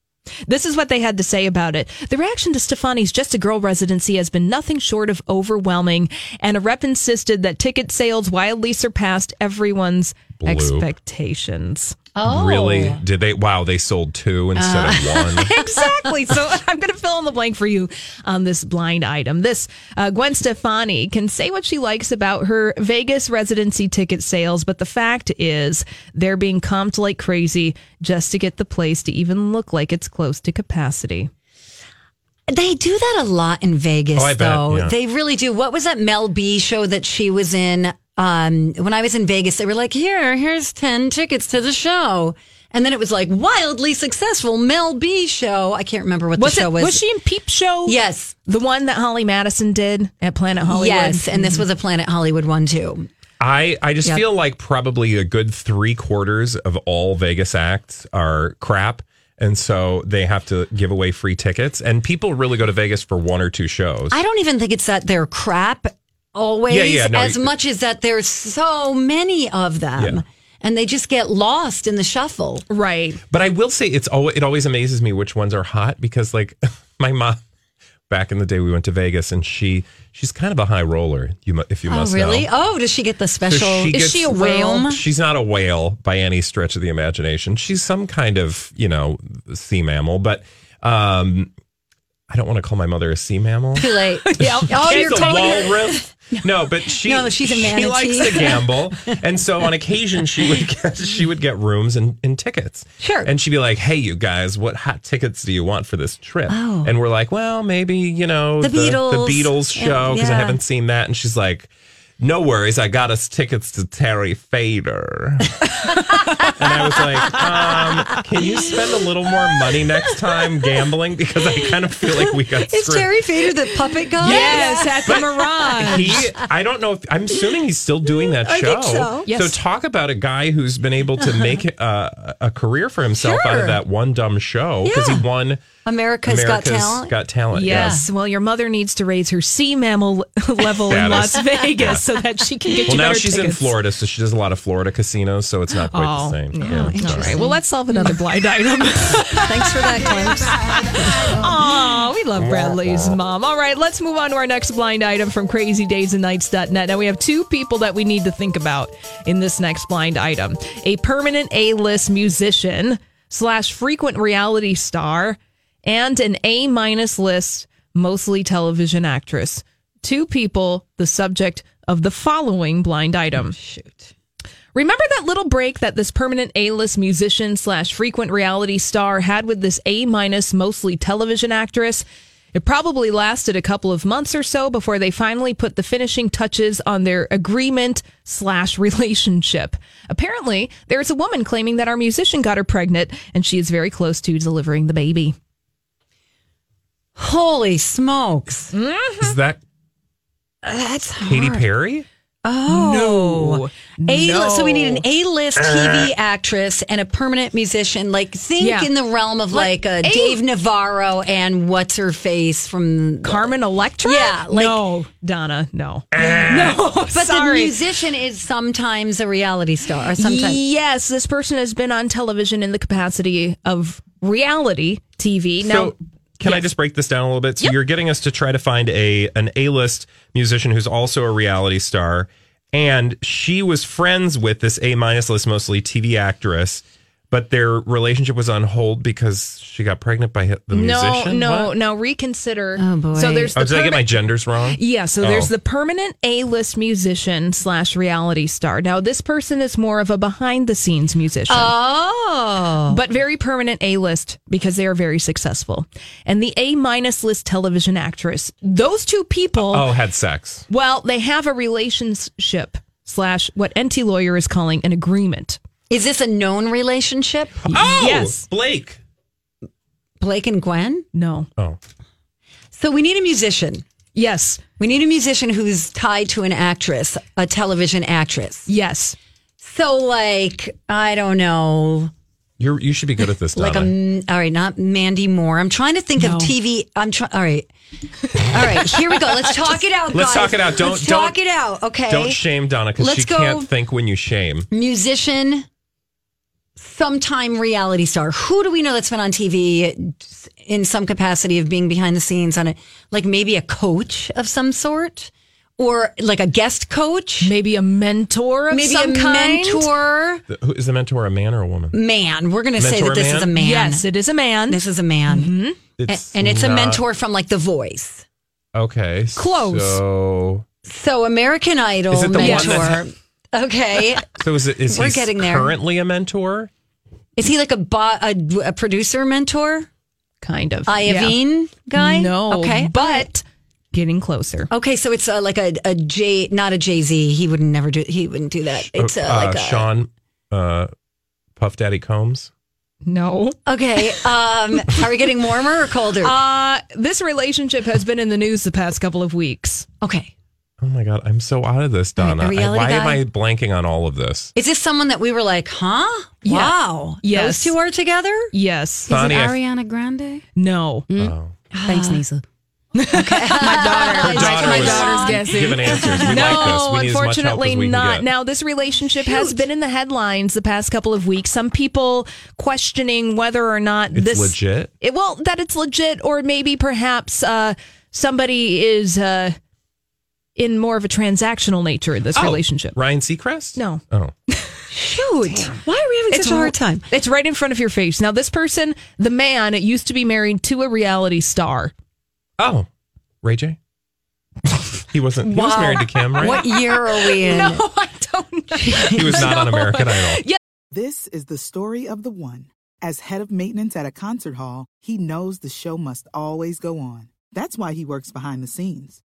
[SPEAKER 2] This is what they had to say about it. The reaction to Stefani's Just a Girl residency has been nothing short of overwhelming, and a rep insisted that ticket sales wildly surpassed everyone's
[SPEAKER 5] Bloop.
[SPEAKER 2] expectations.
[SPEAKER 5] Really?
[SPEAKER 16] Oh.
[SPEAKER 5] Did they? Wow, they sold two instead
[SPEAKER 16] Uh.
[SPEAKER 5] of one.
[SPEAKER 2] exactly. So I'm going to fill in the blank for you on this blind item. This uh, Gwen Stefani can say what she likes about her Vegas residency ticket sales, but the fact is they're being comped like crazy just to get the place to even look like it's close to capacity.
[SPEAKER 16] They do that a lot in Vegas,
[SPEAKER 2] Oh, I bet,
[SPEAKER 16] though.
[SPEAKER 2] yeah.
[SPEAKER 16] They really do. What was that Mel B show that she was in? Um, when I was in Vegas, they were like, "Here, here's ten tickets to the show," and then it was like wildly successful Mel B show. I can't remember what
[SPEAKER 2] Was,
[SPEAKER 16] the show
[SPEAKER 2] it,
[SPEAKER 16] was.
[SPEAKER 2] was she in Peep Show?
[SPEAKER 16] Yes,
[SPEAKER 2] the one that Holly Madison did at Planet Hollywood. Mm-hmm.
[SPEAKER 16] Yes, and this was a Planet Hollywood one too.
[SPEAKER 5] I, I just
[SPEAKER 16] Yep.
[SPEAKER 5] feel like probably a good three quarters of all Vegas acts are crap. And so they have to give away free tickets. And people really go to Vegas for one or two shows.
[SPEAKER 16] I don't even think it's that they're crap always
[SPEAKER 5] Yeah, yeah, no,
[SPEAKER 16] as
[SPEAKER 5] you-
[SPEAKER 16] much as that there's so many of them
[SPEAKER 5] Yeah.
[SPEAKER 16] and they just get lost in the shuffle.
[SPEAKER 2] Right.
[SPEAKER 5] But I will say it's always it always amazes me which ones are hot because like my mom back in the day we went to Vegas and she she's kind of a high roller. You mu- if you
[SPEAKER 16] Oh
[SPEAKER 5] must
[SPEAKER 16] really?
[SPEAKER 5] know.
[SPEAKER 16] Oh, does she get the
[SPEAKER 5] So
[SPEAKER 16] special? is
[SPEAKER 5] gets-
[SPEAKER 16] she a whale?
[SPEAKER 5] She's not a whale by any stretch of the imagination. She's some kind of you know sea mammal, but um, I don't want to call my mother a sea mammal.
[SPEAKER 16] Too late.
[SPEAKER 5] Oh,
[SPEAKER 16] Oh, you're
[SPEAKER 5] a
[SPEAKER 16] totally.
[SPEAKER 5] walrus. No, but she
[SPEAKER 16] No, she's a
[SPEAKER 5] she
[SPEAKER 16] manatee.
[SPEAKER 5] likes to gamble, and so on occasion she would get, she would get rooms and, and tickets.
[SPEAKER 16] Sure.
[SPEAKER 5] And she'd be like, "Hey, you guys, what hot tickets do you want for this trip?"
[SPEAKER 16] Oh.
[SPEAKER 5] And we're like, "Well, maybe you know
[SPEAKER 16] The Beatles.
[SPEAKER 5] the Beatles
[SPEAKER 16] Yeah,
[SPEAKER 5] show because I
[SPEAKER 16] yeah.
[SPEAKER 5] haven't seen that." And she's like. No worries, I got us tickets to Terry Fader. and I was like, um, can you spend a little more money next time gambling? Because I kind of feel like we got
[SPEAKER 16] Is
[SPEAKER 5] screwed.
[SPEAKER 16] Terry Fader the puppet guy?
[SPEAKER 2] Yes, at the Mirage.
[SPEAKER 5] He, I don't know if I'm assuming he's still doing that
[SPEAKER 16] Um, I
[SPEAKER 5] show.
[SPEAKER 16] think so. Yes.
[SPEAKER 5] talk about a guy who's been able to make uh, a career for himself out
[SPEAKER 16] Sure.
[SPEAKER 5] of that one dumb show because
[SPEAKER 16] Yeah.
[SPEAKER 5] he won
[SPEAKER 16] America's, Got
[SPEAKER 5] America's
[SPEAKER 16] Talent.
[SPEAKER 5] Got Talent.
[SPEAKER 2] Yes. Well, your mother needs to raise her sea mammal level in
[SPEAKER 5] Status.
[SPEAKER 2] Las Vegas so that she can get
[SPEAKER 5] Well,
[SPEAKER 2] you
[SPEAKER 5] now
[SPEAKER 2] better
[SPEAKER 5] she's in
[SPEAKER 2] tickets.
[SPEAKER 5] Florida, so she does a lot of Florida casinos, so it's not quite
[SPEAKER 2] Oh,
[SPEAKER 5] the same.
[SPEAKER 2] yeah.
[SPEAKER 5] All right.
[SPEAKER 2] Well, let's solve another blind item.
[SPEAKER 16] Thanks for that, Clint.
[SPEAKER 2] Aw, we love Bradley's mom. All right, let's move on to our next blind item from crazydaysandnights.net. Now, we have two people that we need to think about in this next blind item a permanent A list musician slash frequent reality star and an A minus list, mostly television actress. Two people, the subject of the following blind item. Shoot. Remember that little break that this permanent A-list musician slash frequent reality star had with this A-minus mostly television actress? It probably lasted a couple of months or so before they finally put the finishing touches on their agreement slash relationship. Apparently, there is a woman claiming that our musician got her pregnant, and she is very close to delivering the baby.
[SPEAKER 16] Holy smokes.
[SPEAKER 5] Is that
[SPEAKER 16] That's hard.
[SPEAKER 5] Katy Perry?
[SPEAKER 16] Oh
[SPEAKER 2] No.
[SPEAKER 16] A
[SPEAKER 2] No.
[SPEAKER 16] so we need an
[SPEAKER 2] Uh.
[SPEAKER 16] A-list TV actress and a permanent musician. Like think
[SPEAKER 2] Yeah.
[SPEAKER 16] in the realm of like,
[SPEAKER 2] Like
[SPEAKER 16] uh,
[SPEAKER 2] A-
[SPEAKER 16] Dave Navarro and what's her face from
[SPEAKER 2] Carmen Electra?
[SPEAKER 16] Yeah, like-
[SPEAKER 2] no, Donna, no. no,
[SPEAKER 16] But
[SPEAKER 2] sorry.
[SPEAKER 16] the musician is sometimes a reality star. Or sometimes
[SPEAKER 2] Yes, this person has been on television in the capacity of reality TV. Now,
[SPEAKER 5] so can I just break this down a little bit? So you're getting us to try to find a an A-list musician who's also a reality star, and she was friends with this A minus list mostly TV actress. but their relationship was on hold because she got pregnant by hi- the
[SPEAKER 2] no,
[SPEAKER 5] musician.
[SPEAKER 2] no,
[SPEAKER 5] What?
[SPEAKER 2] no. Reconsider.
[SPEAKER 16] Oh boy.
[SPEAKER 2] So there's
[SPEAKER 5] Oh,
[SPEAKER 2] the
[SPEAKER 5] did I get
[SPEAKER 2] perma-
[SPEAKER 5] my genders wrong?
[SPEAKER 2] Yeah, so there's
[SPEAKER 5] Oh.
[SPEAKER 2] the permanent A-list musician slash reality star. Now this person is more of a behind the scenes musician.
[SPEAKER 16] Oh.
[SPEAKER 2] But very permanent A list because they are very successful. And the A minus list television actress. Those two people,
[SPEAKER 5] Oh, had sex.
[SPEAKER 2] well, they have a relationship slash what NT lawyer is calling an agreement.
[SPEAKER 16] Is this a known relationship?
[SPEAKER 5] Oh, Blake.
[SPEAKER 16] Blake and Gwen?
[SPEAKER 2] No.
[SPEAKER 5] Oh.
[SPEAKER 16] So we need a musician.
[SPEAKER 2] Yes.
[SPEAKER 16] We need a musician who's tied to an actress, a television actress.
[SPEAKER 2] Yes.
[SPEAKER 16] So, like, I don't know,
[SPEAKER 5] You're, you should be good at this,
[SPEAKER 16] like a
[SPEAKER 5] Donna.
[SPEAKER 16] m- all right, not Mandy Moore. I'm trying to think
[SPEAKER 5] No.
[SPEAKER 16] of TV. I'm trying. All right, all right. Here we go. Let's talk it out. guys.
[SPEAKER 5] Let's talk it out. Don't-
[SPEAKER 16] Let's talk
[SPEAKER 5] don't-
[SPEAKER 16] it out. Okay.
[SPEAKER 5] Don't shame Donna because
[SPEAKER 16] Let's
[SPEAKER 5] she
[SPEAKER 16] go-
[SPEAKER 5] can't think when you shame.
[SPEAKER 16] musician, sometime reality star. Who do we know that's been on TV in some capacity of being behind the scenes on it? Like maybe a coach of some sort, or like a guest coach,
[SPEAKER 2] maybe a mentor
[SPEAKER 16] maybe a mentor.
[SPEAKER 5] The- Who is the mentor, a man or a woman?
[SPEAKER 16] Man, we're going to say
[SPEAKER 5] Mentor
[SPEAKER 16] that this
[SPEAKER 5] man?
[SPEAKER 16] is a man.
[SPEAKER 5] Yes,
[SPEAKER 2] it is a man.
[SPEAKER 16] This is a man, A-
[SPEAKER 5] It's
[SPEAKER 16] and it's a
[SPEAKER 5] not-
[SPEAKER 16] mentor from like The Voice.
[SPEAKER 5] Okay.
[SPEAKER 16] Close.
[SPEAKER 5] So,
[SPEAKER 16] So American Idol
[SPEAKER 5] Is it the one that's-
[SPEAKER 16] mentor. okay,
[SPEAKER 5] so is, it, is
[SPEAKER 16] We're
[SPEAKER 5] he
[SPEAKER 16] getting there.
[SPEAKER 5] currently a mentor?
[SPEAKER 16] is he like a bo- a, a producer mentor?
[SPEAKER 2] Kind of.
[SPEAKER 16] Iovine guy.
[SPEAKER 2] No.
[SPEAKER 16] Okay,
[SPEAKER 2] But getting closer.
[SPEAKER 16] Okay, so it's uh, like a, a J, not a Jay Z. He would never do. He wouldn't do that. It's uh,
[SPEAKER 5] Uh,
[SPEAKER 16] like a
[SPEAKER 5] Sean uh, Puff Daddy Combs.
[SPEAKER 2] No.
[SPEAKER 16] Okay, um, are we getting warmer or colder?
[SPEAKER 2] Uh, this relationship has been in the news the past couple of weeks.
[SPEAKER 16] Okay.
[SPEAKER 5] Oh my God, I'm so out of this, Donna.
[SPEAKER 16] a
[SPEAKER 5] I-
[SPEAKER 16] reality
[SPEAKER 5] why am
[SPEAKER 16] guy.
[SPEAKER 5] I blanking on all of this?
[SPEAKER 16] Is this someone that we were like, huh?
[SPEAKER 2] Yeah.
[SPEAKER 16] Wow.
[SPEAKER 2] Yes.
[SPEAKER 16] Those two are together.
[SPEAKER 2] Yes.
[SPEAKER 5] Bonnie, I-
[SPEAKER 16] Ariana Grande?
[SPEAKER 2] No.
[SPEAKER 5] Oh.
[SPEAKER 16] Thanks, Nisa.
[SPEAKER 5] Her daughter
[SPEAKER 2] my
[SPEAKER 5] was
[SPEAKER 2] daughter's guessing.
[SPEAKER 5] giving answers.
[SPEAKER 2] no,
[SPEAKER 5] We like this. We need as much help
[SPEAKER 2] unfortunately
[SPEAKER 5] as we
[SPEAKER 2] not.
[SPEAKER 5] Can get.
[SPEAKER 2] Now, this relationship has been in the headlines the past couple of weeks. Some people questioning whether or not
[SPEAKER 5] It's
[SPEAKER 2] this
[SPEAKER 5] legit?
[SPEAKER 2] It, well, that it's legit, or maybe perhaps uh, somebody is uh, in more of a transactional nature in this
[SPEAKER 5] Oh,
[SPEAKER 2] relationship.
[SPEAKER 5] Ryan Seacrest?
[SPEAKER 2] No.
[SPEAKER 5] Oh.
[SPEAKER 16] Shoot. Why are we having such a
[SPEAKER 2] r-
[SPEAKER 16] hard time?
[SPEAKER 2] It's right in front of your face. Now, this person, the man, used to be married to a reality star.
[SPEAKER 5] Oh. Ray J? he wasn't. He was
[SPEAKER 16] Wow.
[SPEAKER 5] married to Kim, right?
[SPEAKER 16] What year are we in?
[SPEAKER 2] No, I don't know.
[SPEAKER 5] He was not on American Idol.
[SPEAKER 17] This is the story of the one. As head of maintenance at a concert hall, he knows the show must always go on. That's why he works behind the scenes,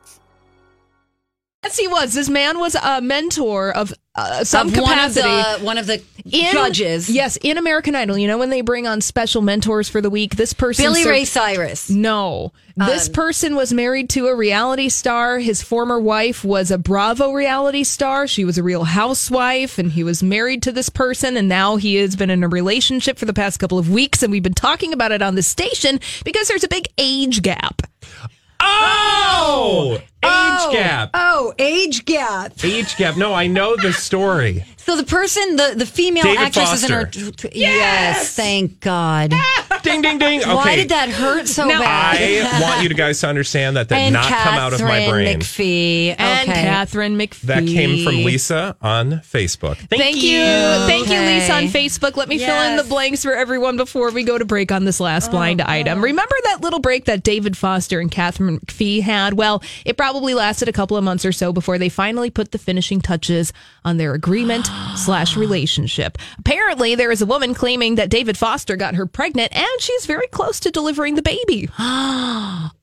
[SPEAKER 2] Yes, he was. This man was a mentor of uh, some
[SPEAKER 16] Of one of the-
[SPEAKER 2] capacity.
[SPEAKER 16] one of the judges.
[SPEAKER 2] Yes, in American Idol. You know when they bring on special mentors for the week? This person.
[SPEAKER 16] Billy
[SPEAKER 2] served-
[SPEAKER 16] Ray Cyrus.
[SPEAKER 2] No. This
[SPEAKER 16] Um,
[SPEAKER 2] person was married to a reality star. His former wife was a Bravo reality star. She was a real housewife, and he was married to this person, and now he has been in a relationship for the past couple of weeks, and we've been talking about it on the station because there's a big age gap.
[SPEAKER 5] Oh! Age
[SPEAKER 16] Oh,
[SPEAKER 5] gap.
[SPEAKER 16] Oh, age gap.
[SPEAKER 5] Age gap. No, I know the story.
[SPEAKER 16] So the person, the, the female
[SPEAKER 5] David
[SPEAKER 16] actress is in her.
[SPEAKER 5] Foster.
[SPEAKER 16] tw- tw- yes! thank God.
[SPEAKER 5] ding, ding, ding. Okay.
[SPEAKER 16] Why did that hurt so
[SPEAKER 5] Now,
[SPEAKER 16] bad?
[SPEAKER 5] I want you to guys to understand that did
[SPEAKER 16] and
[SPEAKER 5] not
[SPEAKER 16] Catherine
[SPEAKER 5] come out of my brain.
[SPEAKER 16] McPhee.
[SPEAKER 2] And
[SPEAKER 16] okay.
[SPEAKER 2] Catherine McPhee.
[SPEAKER 5] That came from Lisa on Facebook.
[SPEAKER 2] Thank, you. Thank you, Lisa, on Facebook. Let me fill in
[SPEAKER 16] Yes.
[SPEAKER 2] the blanks for everyone before we go to break on this last blind item. Remember that little break that David Foster and Catherine McPhee had? Well, it probably lasted a couple of months or so before they finally put the finishing touches on their agreement slash relationship. Apparently, there is a woman claiming that David Foster got her pregnant and out she's very close to delivering the baby.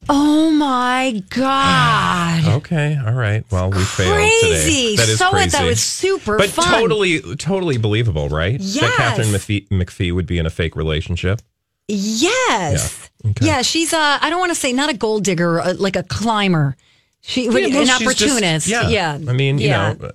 [SPEAKER 16] oh my God.
[SPEAKER 5] Okay, all right. Well, we failed today.
[SPEAKER 16] Crazy.
[SPEAKER 5] That is
[SPEAKER 16] So
[SPEAKER 5] crazy.
[SPEAKER 16] what? That was super
[SPEAKER 5] but
[SPEAKER 16] fun.
[SPEAKER 5] totally, totally believable, right? That
[SPEAKER 16] Yes.
[SPEAKER 5] Catherine McPhee, McPhee would be in a fake relationship.
[SPEAKER 16] Yes. Yeah, she's a, I don't want to say not a gold digger, uh, like a climber. She
[SPEAKER 5] Yeah,
[SPEAKER 16] an
[SPEAKER 5] no, she's just-
[SPEAKER 16] opportunist. yeah.
[SPEAKER 5] I mean, you
[SPEAKER 16] Yeah.
[SPEAKER 5] know,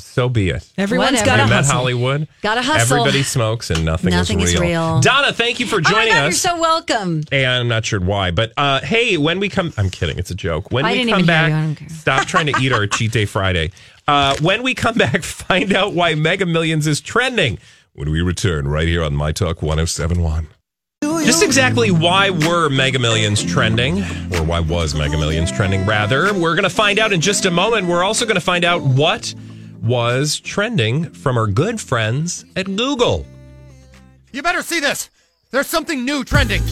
[SPEAKER 5] so be it.
[SPEAKER 16] Everyone's
[SPEAKER 5] Whatever.
[SPEAKER 16] gotta
[SPEAKER 5] Isn't that
[SPEAKER 16] hustle.
[SPEAKER 5] Hollywood.
[SPEAKER 16] Gotta hustle.
[SPEAKER 5] Everybody smokes and nothing,
[SPEAKER 16] Nothing
[SPEAKER 5] is,
[SPEAKER 16] is
[SPEAKER 5] real.
[SPEAKER 16] real.
[SPEAKER 5] Donna, thank you for
[SPEAKER 16] Oh my
[SPEAKER 5] joining
[SPEAKER 16] God,
[SPEAKER 5] us.
[SPEAKER 16] you're so welcome.
[SPEAKER 5] and I'm not sure why, but uh, hey, when we come, I'm kidding. It's a joke. When
[SPEAKER 16] I
[SPEAKER 5] we
[SPEAKER 16] didn't
[SPEAKER 5] come
[SPEAKER 16] even hear
[SPEAKER 5] back,
[SPEAKER 16] you, I don't care.
[SPEAKER 5] stop trying to eat our cheat day Friday. Uh, when we come back, find out why Mega Millions is trending. When we return, right here on My Talk 1071. Just exactly why were Mega Millions trending, or why was Mega Millions trending, rather? We're going to find out in just a moment. We're also going to find out what was trending from our good friends at Google.
[SPEAKER 18] You better see this. There's something new trending.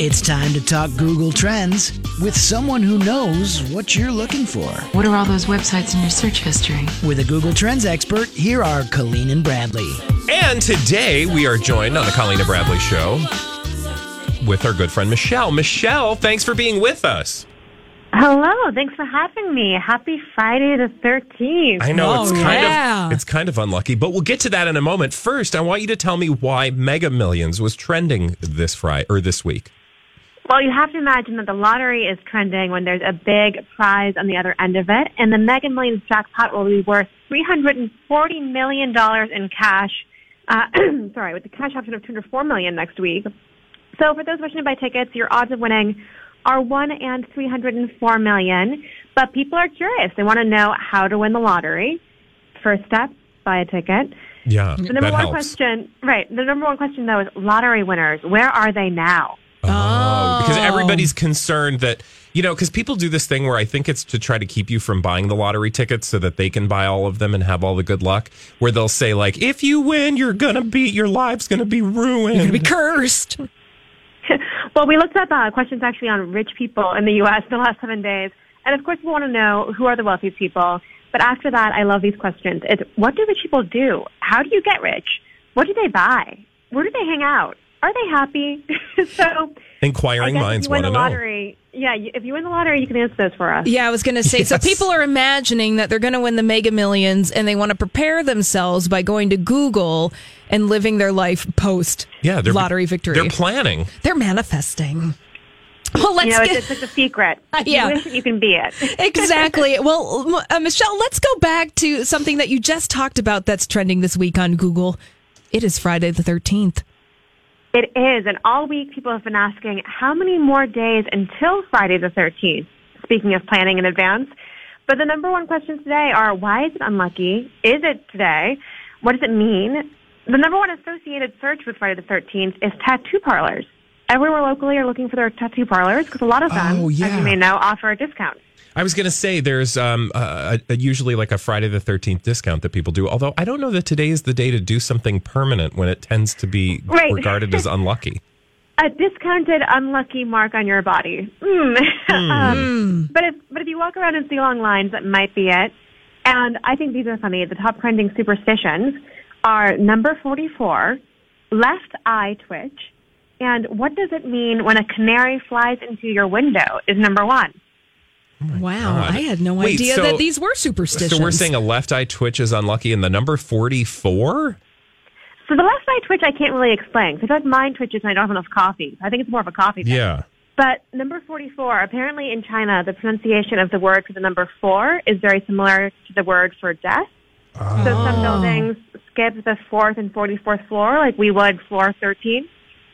[SPEAKER 19] It's time to talk Google Trends with someone who knows what you're looking for.
[SPEAKER 20] What are all those websites in your search history?
[SPEAKER 19] With a Google Trends expert, here are Colleen and Bradley.
[SPEAKER 5] And today we are joined on the Colleen and Bradley show with our good friend Michelle. Michelle, thanks for being with us.
[SPEAKER 21] Hello, thanks for having me. Happy Friday the 13th.
[SPEAKER 5] I know it's kind of it's kind of unlucky, but we'll get to that in a moment. First, I want you to tell me why Mega Millions was trending this Friday or this week.
[SPEAKER 21] Well, you have to imagine that the lottery is trending when there's a big prize on the other end of it, and the Mega Millions jackpot will be worth $340 million in cash. Uh, sorry, with the cash option of $204 million next week. So for those wishing to buy tickets, your odds of winning are 1 and 304 million, but people are curious. They want to know how to win the lottery. First step, buy a ticket.
[SPEAKER 5] Yeah,
[SPEAKER 21] The number
[SPEAKER 5] that
[SPEAKER 21] one
[SPEAKER 5] helps.
[SPEAKER 21] question, right? The number one question though is lottery winners. Where are they now?
[SPEAKER 5] Oh, because everybody's concerned that you know because people do this thing where I think it's to try to keep you from buying the lottery tickets so that they can buy all of them and have all the good luck. Where they'll say like, if you win, you're gonna be your life's gonna be ruined. You're gonna be
[SPEAKER 21] cursed. well, we looked up uh, questions actually on rich people in the U.S. the last seven days, and of course, we want to know who are the wealthiest people. But after that, I love these questions. It's what do rich people do? How do you get rich? What do they buy? Where do they hang out? Are they happy? so, I
[SPEAKER 5] Inquiring
[SPEAKER 21] guess if
[SPEAKER 5] minds
[SPEAKER 21] you
[SPEAKER 5] want
[SPEAKER 21] win the
[SPEAKER 5] to know.
[SPEAKER 21] lottery, yeah, you, if you win the lottery, you can answer those for us.
[SPEAKER 2] Yeah, I was going to say. So
[SPEAKER 21] Yes.
[SPEAKER 2] people are imagining that they're going to win the mega millions and they want to prepare themselves by going to Google and living their life post
[SPEAKER 5] Yeah, they're
[SPEAKER 2] lottery victory.
[SPEAKER 5] They're planning.
[SPEAKER 2] They're manifesting. Well, let's
[SPEAKER 21] you know,
[SPEAKER 2] get-
[SPEAKER 21] it's, it's like the secret. If you
[SPEAKER 2] Yeah.
[SPEAKER 21] wish it, you can be it.
[SPEAKER 2] exactly. Well, uh, Michelle, let's go back to something that you just talked about that's trending this week on Google. It is Friday the 13th.
[SPEAKER 21] It is, and all week people have been asking how many more days until Friday the 13th, speaking of planning in advance. But the number one questions today are why is it unlucky? Is it today? What does it mean? The number one associated search with Friday the 13th is tattoo parlors. Everywhere locally are looking for their tattoo parlors because a lot of them,
[SPEAKER 5] Oh,
[SPEAKER 21] as
[SPEAKER 5] yeah.
[SPEAKER 21] you may know, offer a discount.
[SPEAKER 5] I was going to say there's um, uh, a, usually like a Friday the 13th discount that people do. Although I don't know that today is the day to do something permanent when it tends to be
[SPEAKER 21] Right.
[SPEAKER 5] regarded as unlucky.
[SPEAKER 21] a discounted unlucky mark on your body. Mm. um, but if but if you walk around and see long lines, that might be it. And I think these are funny. The top trending superstitions are number forty four, left eye twitch, and what does it mean when a canary flies into your window is number one.
[SPEAKER 2] Wow,
[SPEAKER 5] God.
[SPEAKER 2] I had no
[SPEAKER 5] Wait,
[SPEAKER 2] idea
[SPEAKER 5] so-
[SPEAKER 2] that these were superstitions.
[SPEAKER 5] So we're saying a left eye twitch is unlucky and the number 44?
[SPEAKER 21] So the left eye twitch I can't really explain because I feel like mine twitches and I don't have enough coffee. I think it's more of a coffee thing.
[SPEAKER 5] Yeah.
[SPEAKER 21] But number 44, apparently in China, the pronunciation of the word for the number four is very similar to the word for death. So
[SPEAKER 5] Ah.
[SPEAKER 21] some buildings skip the fourth and 44th floor, like we would floor 13.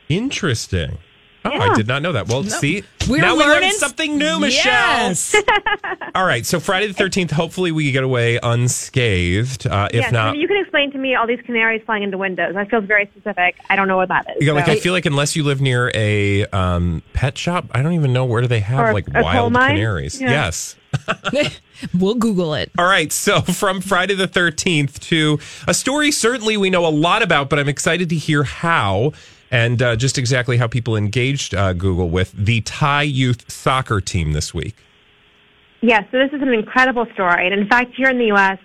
[SPEAKER 5] Interesting. Oh, I
[SPEAKER 21] Yeah.
[SPEAKER 5] did not know that. Well, see, now we learned something new, Michelle. All right, so Friday the 13th, hopefully we get away unscathed. Uh, if
[SPEAKER 21] yes, I
[SPEAKER 5] not,
[SPEAKER 21] mean, you can explain to me all these canaries flying into windows. That feels very specific. I don't know what that is.
[SPEAKER 5] Yeah, like
[SPEAKER 21] so-
[SPEAKER 5] I feel like unless you live near a um, pet shop, I don't even know where do they have
[SPEAKER 21] Or
[SPEAKER 5] like
[SPEAKER 21] a coal
[SPEAKER 5] wild
[SPEAKER 21] mine?
[SPEAKER 5] canaries.
[SPEAKER 21] Yeah.
[SPEAKER 5] Yes.
[SPEAKER 2] we'll Google it.
[SPEAKER 5] All right. So from Friday the 13th to a story certainly we know a lot about, but I'm excited to hear how and uh, just exactly how people engaged uh, Google with the Thai youth soccer team this week.
[SPEAKER 21] Yes, so this is an incredible story. And in fact, here in the U.S.,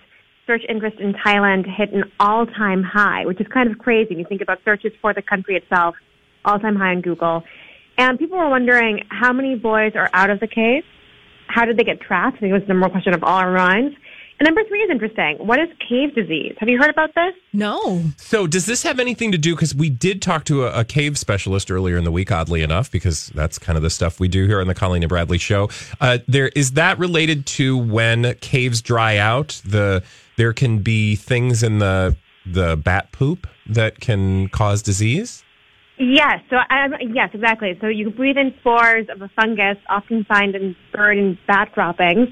[SPEAKER 21] search interest in Thailand hit an all-time high, which is kind of crazy when you think about searches for the country itself, all-time high on Google. And people were wondering how many boys are out of the cave. How did they get trapped? I think it was the number one question of all our minds. And number three is interesting. What is cave disease? Have you heard about this?
[SPEAKER 2] No.
[SPEAKER 5] So, does this have anything to do? Because we did talk to a, a cave specialist earlier in the week, oddly enough, because that's kind of the stuff we do here on the Colleen and Bradley show. Uh, there is that related to when caves dry out. The there can be things in the the bat poop that can cause disease.
[SPEAKER 21] Yes. So um, yes, exactly. So you breathe in spores of a fungus, often found in bird and bat droppings,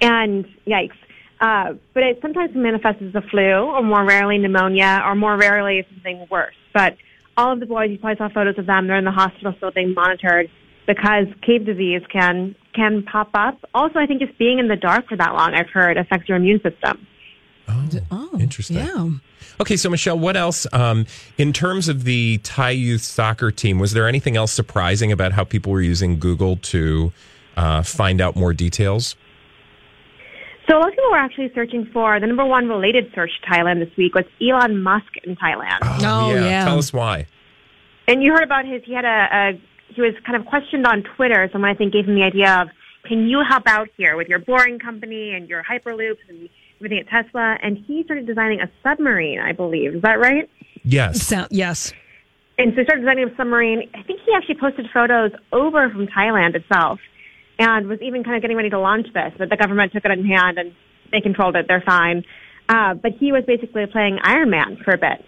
[SPEAKER 21] and yikes. Uh, but it sometimes manifests as a flu, or more rarely pneumonia, or more rarely something worse. But all of the boys, you probably saw photos of them. They're in the hospital still being monitored because cave disease can can pop up. Also, I think just being in the dark for that long, I've heard, affects your immune system.
[SPEAKER 5] Oh, interesting. Okay, so Michelle, what else um, in terms of the Thai youth soccer team? Was there anything else surprising about how people were using Google to uh, find out more details?
[SPEAKER 21] So a lot of people were actually searching for the number one related search to Thailand this week was Elon Musk in Thailand.
[SPEAKER 5] Oh. Tell us why.
[SPEAKER 21] And you heard about his, he had a, a, he was kind of questioned on Twitter. Someone I think gave him the idea of, can you help out here with your boring company and your Hyperloops and everything at Tesla? And he started designing a submarine, I believe. Is that right?
[SPEAKER 5] Yes.
[SPEAKER 2] yes.
[SPEAKER 21] And so he started designing a submarine. I think he actually posted photos over from Thailand itself and was even kind of getting ready to launch this, but the government took it in hand and they controlled it. They're fine. Uh, but he was basically playing Iron Man for a bit.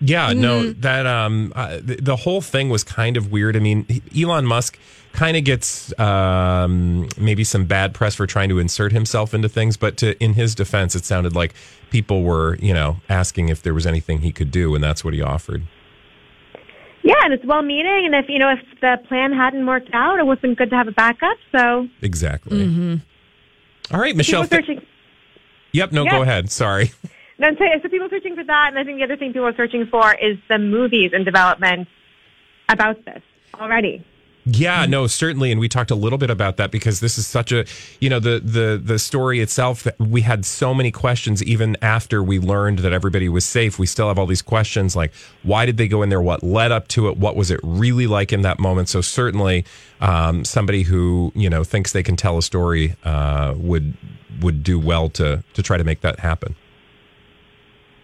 [SPEAKER 5] Yeah, no,
[SPEAKER 21] Mm-hmm.
[SPEAKER 5] that um, uh, the, the whole thing was kind of weird. I mean, he- Elon Musk kind of gets um, maybe some bad press for trying to insert himself into things, but to, in his defense, it sounded like people were, you know, asking if there was anything he could do, and that's what he offered.
[SPEAKER 21] Yeah, and it's well meaning. And if you know if the plan hadn't worked out, it would have been good to have a backup. So
[SPEAKER 5] Exactly. All right, Michelle.
[SPEAKER 21] Mm-hmm. people searching.
[SPEAKER 5] yep. No,
[SPEAKER 21] Yeah.
[SPEAKER 5] go ahead. Sorry.
[SPEAKER 21] No, I'm saying- so people searching for that, and I think the other thing people are searching for is the movies in development about this already.
[SPEAKER 5] Yeah, no, certainly, and we talked a little bit about that because this is such a, you know, the the the story itself. We had so many questions even after we learned that everybody was safe. We still have all these questions like, why did they go in there? What led up to it? What was it really like in that moment? So certainly, um, somebody who you know thinks they can tell a story uh, would would do well to to try to make that happen.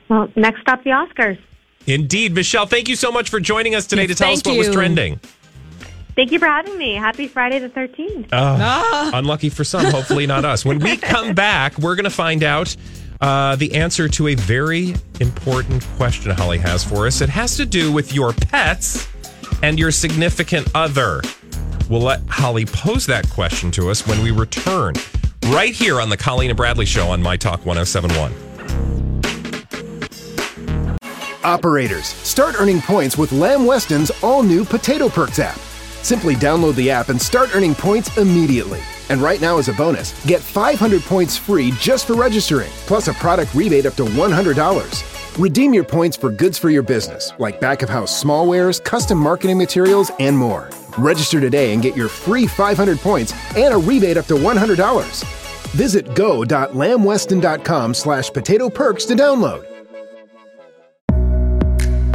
[SPEAKER 21] Well, next up, the Oscars.
[SPEAKER 5] Indeed, Michelle, thank you so much for joining us today
[SPEAKER 21] Yes,
[SPEAKER 5] to tell us
[SPEAKER 21] thank
[SPEAKER 5] what was
[SPEAKER 21] you.
[SPEAKER 5] trending.
[SPEAKER 21] Thank you for having me. Happy Friday the 13th.
[SPEAKER 5] Oh, Unlucky for some, hopefully not us. When we come back, we're going to find out uh, the answer to a very important question Holly has for us. It has to do with your pets and your significant other. We'll let Holly pose that question to us when we return right here on the Colleen and Bradley Show on My Talk 1071.
[SPEAKER 22] Operators, start earning points with Lamb Weston's all new Potato Perks app. Simply download the app and start earning points immediately. And right now, as a bonus, get 500 points free just for registering, plus a product rebate up to $100. Redeem your points for goods for your business, like back of house smallwares, custom marketing materials, and more. Register today and get your free 500 points and a rebate up to $100. Visit go.lamweston.com slash potato perks to download.